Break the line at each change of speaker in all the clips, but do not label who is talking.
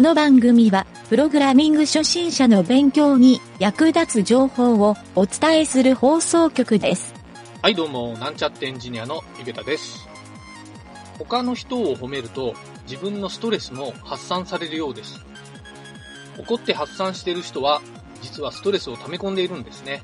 の番組は、プログラミング初心者の勉強に役立つ情報をお伝えする放送局です。
はい、どうも、なんちゃってエンジニアのゆげたです。他の人を褒めると、自分のストレスも発散されるようです。怒って発散している人は、実はストレスを溜め込んでいるんですね。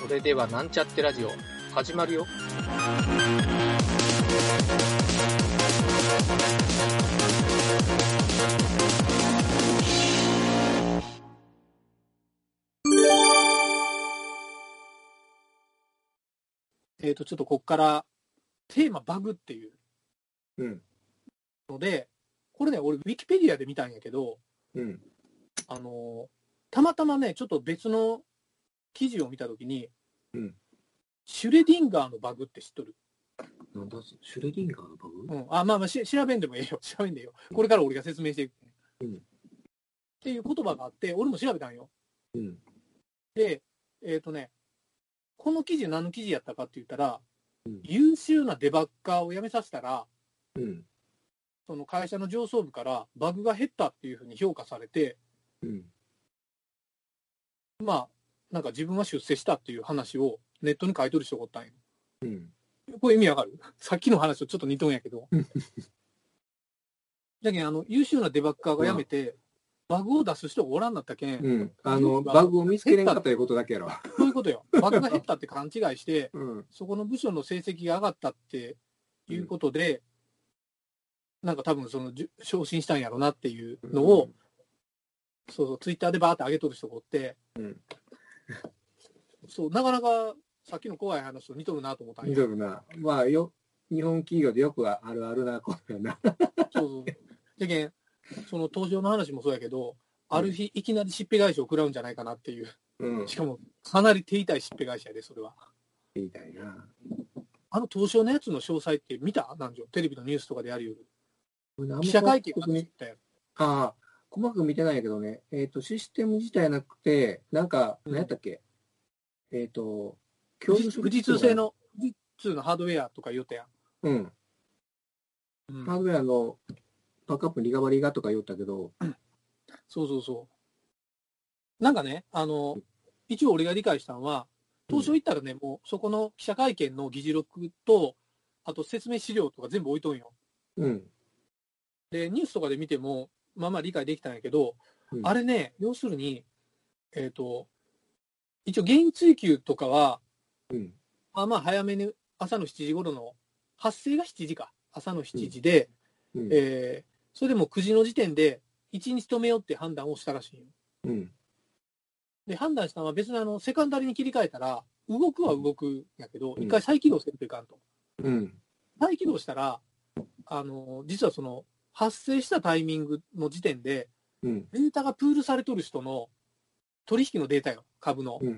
それでは、なんちゃってラジオ、始まるよ。
えっ、と、ちょっとここから、テーマバグっていう
うん。
ので、これね、俺、ウィキペディアで見たんやけど、
うん。
あのーたまたまね、ちょっと別の記事を見たときに、
うん
シュレディンガーのバグって知っとる、
なんだシュレディンガーのバグ
うん、あ、まあまあし、調べんでもええよ、 調べんでええよ。これから俺が説明していく、
うん
っていう言葉があって、俺も調べたんよ。
うん。
で、えっ、とね、この記事何の記事やったかって言ったら、
うん
優秀なデバッカーを辞めさせたら、
うん。
その会社の上層部からバグが減ったっていうふうに評価されて、
うん。
まあ、なんか自分は出世したっていう話をネットに書いとる人がおったんよ。
うん。
これ意味わかる さっきの話とちょっと似とんやけど
うん。
だけど、あの、優秀なデバッカーが辞めて、バグを出す人がおらんなったけん、
うん。あの、バグを見つけれんかったいうことだけやろ。
そういうこと よ。バグが減ったって勘違いして、
うん。
そこの部署の成績が上がったっていうことで、なんか多分その、じゅ昇進したんやろなっていうのを、そうそう、ツイッターでバーって上げとる人がおって、
うん
そう、なかなかさっきの怖い話と似とるなと思ったん
見
や。
とるな。まあ、よ、日本企業でよくあるあるな、これやな。
そうそう。でけん、その登場の話もそうやけど、ある日いきなりしっぺ返しを食らうんじゃないかなっていう。
うん
し。かも、かなり手痛いしっぺ返しやで、それは。
みたいな。
あの東証のやつの詳細って見た南條。テレビのニュースとかでやるより。記
記
者会見が出てたやん。
ああ、細かく見てないけどね、えっ、と、システム自体なくて、なんか、
うん
何やったっけ、えっ、と、教
富士富士通製。の、富士通のハードウェアとか言うたやん。
うん。
うん
ハードウェアのバックアップリカバリーがとか言ったけど、
そうそうそう。なんかね、あの、一応俺が理解したのは、当初行ったらね、もうそこの記者会見の議事録と、あと説明資料とか全部置いとんよ。
うん。
で、ニュースとかで見ても、まあまあ理解できたんやけど、
うん
あれね、要するに、えっ、と、一応原因追及とかは、
うん。
まあまあ早めに朝の7時頃の、発生が7時か、朝の7時で、
うん。
えーそれでも9時の時点で、1日止めようって判断をしたらしいよ。
うん。
で、判断したのは別にあの、セカンダリに切り替えたら、動くは動くんやけど、
うん
一回再起動せるといかんと。
うん。
再起動したら、あの、実はその、発生したタイミングの時点で、
うん。
データがプールされとる人の取引のデータよ、株の
うん。う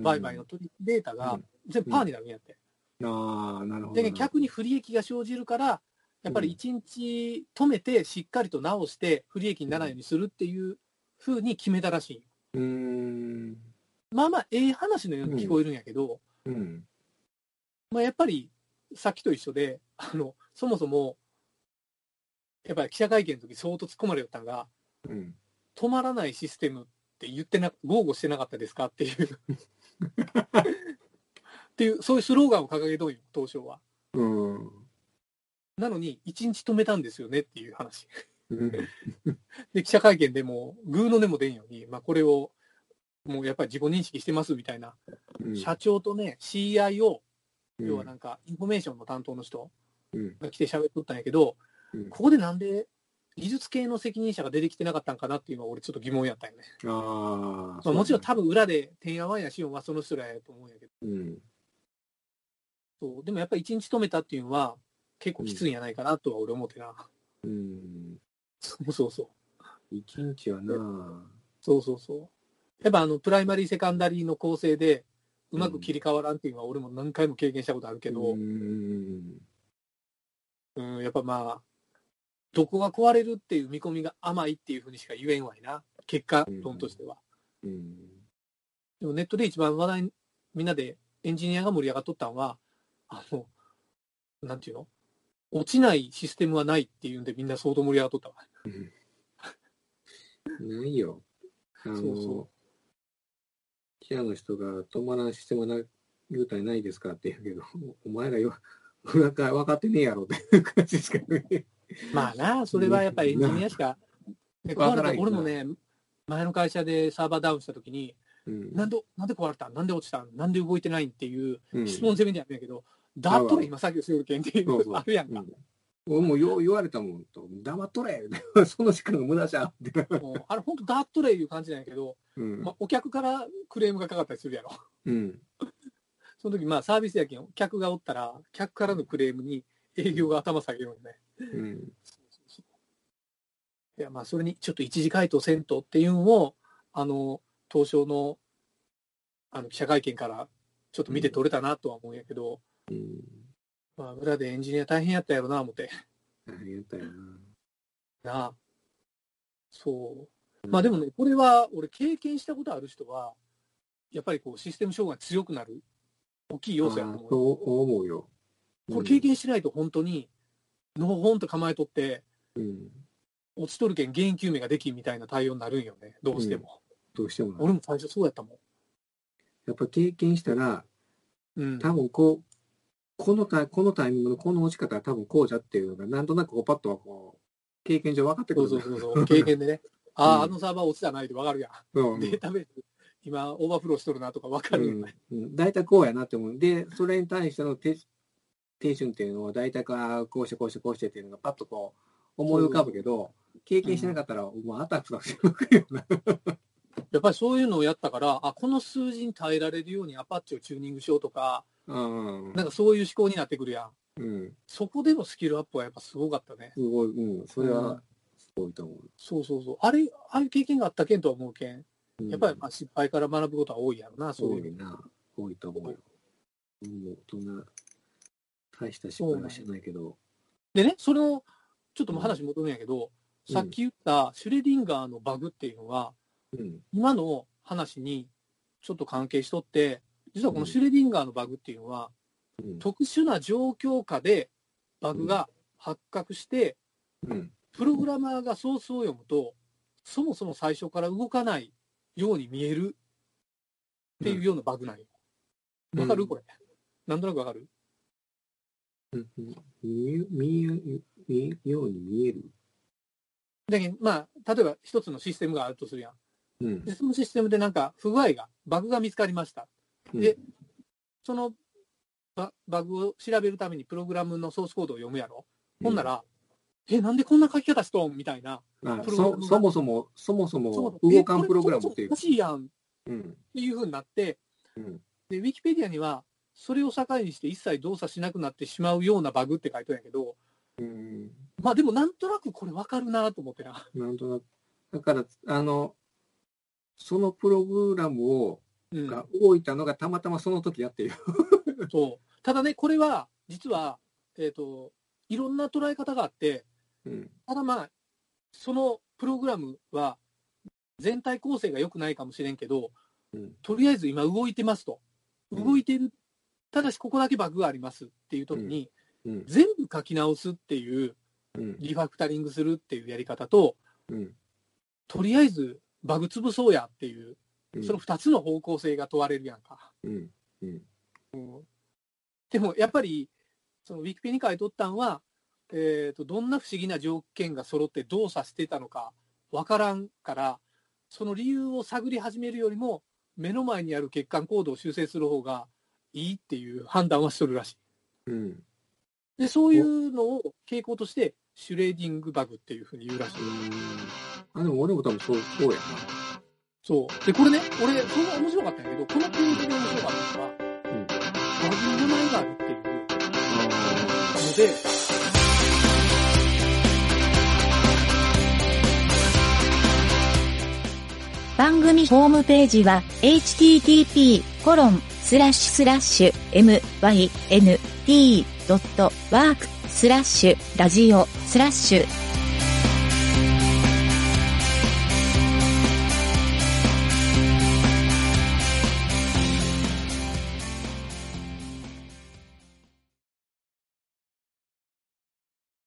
ん。
売買の取引データ
う
が
ん
全部パーになるんやって。
ああ、なるほどな。
で、逆に不利益が生じるから、やっぱり一日止めて、しっかりと直して、不利益にならないようにするっていう風に決めたらしいよ。
うーん。
まあまあ、ええ話のように聞こえるんやけど、
うん。
まあ、やっぱりさっきと一緒で、あのそもそも、やっぱり記者会見の時相当突っ込まれよったんが、
うん。
止まらないシステムって言ってな、豪語してなかったですかっていう。っていう、そういうスローガンを掲げとんよ、当初は。
うん。
なのに、一日止めたんですよねっていう話。
うん
で、記者会見でもう、グーの根も出んように、まあ、これを、もうやっぱり自己認識してますみたいな、
うん
社長とね、CIO、
うん
要はなんか、インフォメーションの担当の人
うん
が来て喋っとったんやけど、
うん
ここでなんで技術系の責任者が出てきてなかったんかなっていうのは俺ちょっと疑問やったんよね。
ああ、
まあ、もちろん
た
多分裏で、てんやわんやしようはその人らやと思うんやけど、
うん。
そうでもやっぱり一日止めたっていうのは結構きついんやないかなとは俺思ってな。
うん。
そうそうそう。
一日はな。
そうそうそう。やっぱあの、プライマリー、セカンダリーの構成で、うまく切り替わらんっていうのは俺も何回も経験したことあるけど、
う
うんん、
うん
やっぱまあ、どこが壊れるっていう見込みが甘いっていうふうにしか言えんわいな。結果論としては。
うんうん
でもネットで一番話題、みんなでエンジニアが盛り上がっとったのは、あの、なんていうの落ちないシステムはないっていうんでみんな相当盛り上がっとったわ。
ないよ。あの、
そうそ
記者の人が止まらんシステムな、優待ないですかって言うけど、 お前らよ、分か分かってねえやろっていう感じしかね。
まあな、それはやっぱりエンジニアしか。ね
わか
壊
らん
れた
よな
俺もね、前の会社でサーバーダウンしたときに、
うん
なんで、なんで壊れたなんで落ちたなんで動いてないんっていう
うん
質問攻めにやるんやけど、だっとら今作業しよるけんってい
そうそう
う、あるやん
う
か。
ん俺もよう言われたもんと、黙っとれその時間が無駄じゃんってな。
もうあれ本当だっとらいう感じなんやけど、
うん。
まあ、お客からクレームがかかったりするやろ。
うん。
その時まあサービスやけん、客がおったら、客からのクレームに営業が頭下げるんね。
うん。
いや、まあそれにちょっと一時回答せんとっていうのを、あの、東証の、あの、記者会見からちょっと見て取れたなとは思うんやけど、
うん。
まあ裏でエンジニア大変やったやろな、思って。
大変やったよな。
なあ。そう。まあでもね、これは俺経験したことある人は、やっぱりこうシステム障害強くなる大きい要素やと
あ
思う
ー。そう思うよ。
これ経験しないと本当に、のほほんと構えとって、
うん。
落ちとるけん原因究明ができんみたいな対応になるんよね、どうしても。
どうしてもな。
俺も最初そうやったも
やっぱ経験したら、
ん。うん。
多分こう、このタイこのタイミングのこの落ち方は多分こうじゃっていうのが、なんとなくこうパッとはこう、経験上分かってく
そう
る
そう
う
そうそう、経験 でね。ああ、
うん
あのサーバー落ちたないってわかるやん。
そう
データベース、今オーバーフローしとるなとかわかるよ
ん
ね。
うん大体こうやなって思う。で、それに対しての手手順っていうのは、大体ああこうしてこうしてこうしてっていうのがパッとこう、思い浮かぶけど、経験してなかったら、もうあたふたしてくるような。
やっぱりそういうのをやったから、あ、この数字に耐えられるようにアパッチをチューニングしようとか、
うん
なんかそういう思考になってくるやん。
うん。
そこでのスキルアップはやっぱすごかったね。
すごい、うん。それは、すごいと思う。
そうそうそう。あれ、ああいう経験があったけんとは思うけん。
うん
やっぱりまあ失敗から学ぶことは多いやろな、そういう
多
意味で
いな。多いと思うよ。もう大人、大した失敗はしてないけど。
でね、それの、ちょっともう話戻るんやけど、
うん
さっき言ったシュレディンガーのバグっていうのは、
うん。
今の話にちょっと関係しとって、実はこのシュレディンガーのバグっていうのは、
うん
特殊な状況下でバグが発覚して、
うん。
プログラマーがソースを読むと、そもそも最初から動かないように見えるっていうようなバグなんよ。わかるこれ。なんとなくわかる
うんうん見え、見え、見え、ように見える。
だけど、まあ、例えば一つのシステムがあるとするやん。
うん
で、。そのシステムでなんか不具合が、バグが見つかりました。でそのババグを調べるためにプログラムのソースコードを読むやろ。
うん、
ほんなら、え、なんでこんな書き方しとんみたいな。
あ
プログラム
そ、
が
そもそも、そもそも
そう
動かんプログラ
え
ム
こ
ってい
れ
う
そも。そもおかしいやんっ
うん。
ていうふうになって、
うん
で、ウィキペディアには、それを境にして一切動作しなくなってしまうようなバグって書いとんやけど、
うん。
まあでもなんとなくこれわかるなと思ってな。
なんとなく。だから、あの、そのプログラムを、
うん。
が動いたのがたまたまその時やってる。
そう。ただね、これは、実は、えっ、と、いろんな捉え方があって、
うん。
ただまあ、そのプログラムは、全体構成が良くないかもしれんけど、
うん
とりあえず今動いてますと。
うん
動いてる。ただし、ここだけバグがありますっていう時に、
うん。
全部書き直すっていう、
うん。
リファクタリングするっていうやり方と、
うん。
とりあえずバグ潰そうやっていう、
うん
その2つの方向性が問われるやんか。
うん。うん。
でもやっぱり、そのウィキペに書いとったんは、えーと、どんな不思議な条件が揃って動作してたのかわからんから、その理由を探り始めるよりも、目の前にある欠陥コードを修正する方がいいっていう判断はしとるらしい。
うん。
で、そういうのを傾向として、シュレーディングバグっていうふうに言うらしい。
あ、でも俺も多分そう、そうや
そう。で、これね、俺、それが面白かったんやけど、このページで面白かったのが、
うん
バグの名前があるっていう。
な。
ので、
番組ホームページは http://myn.t.work/.radio/.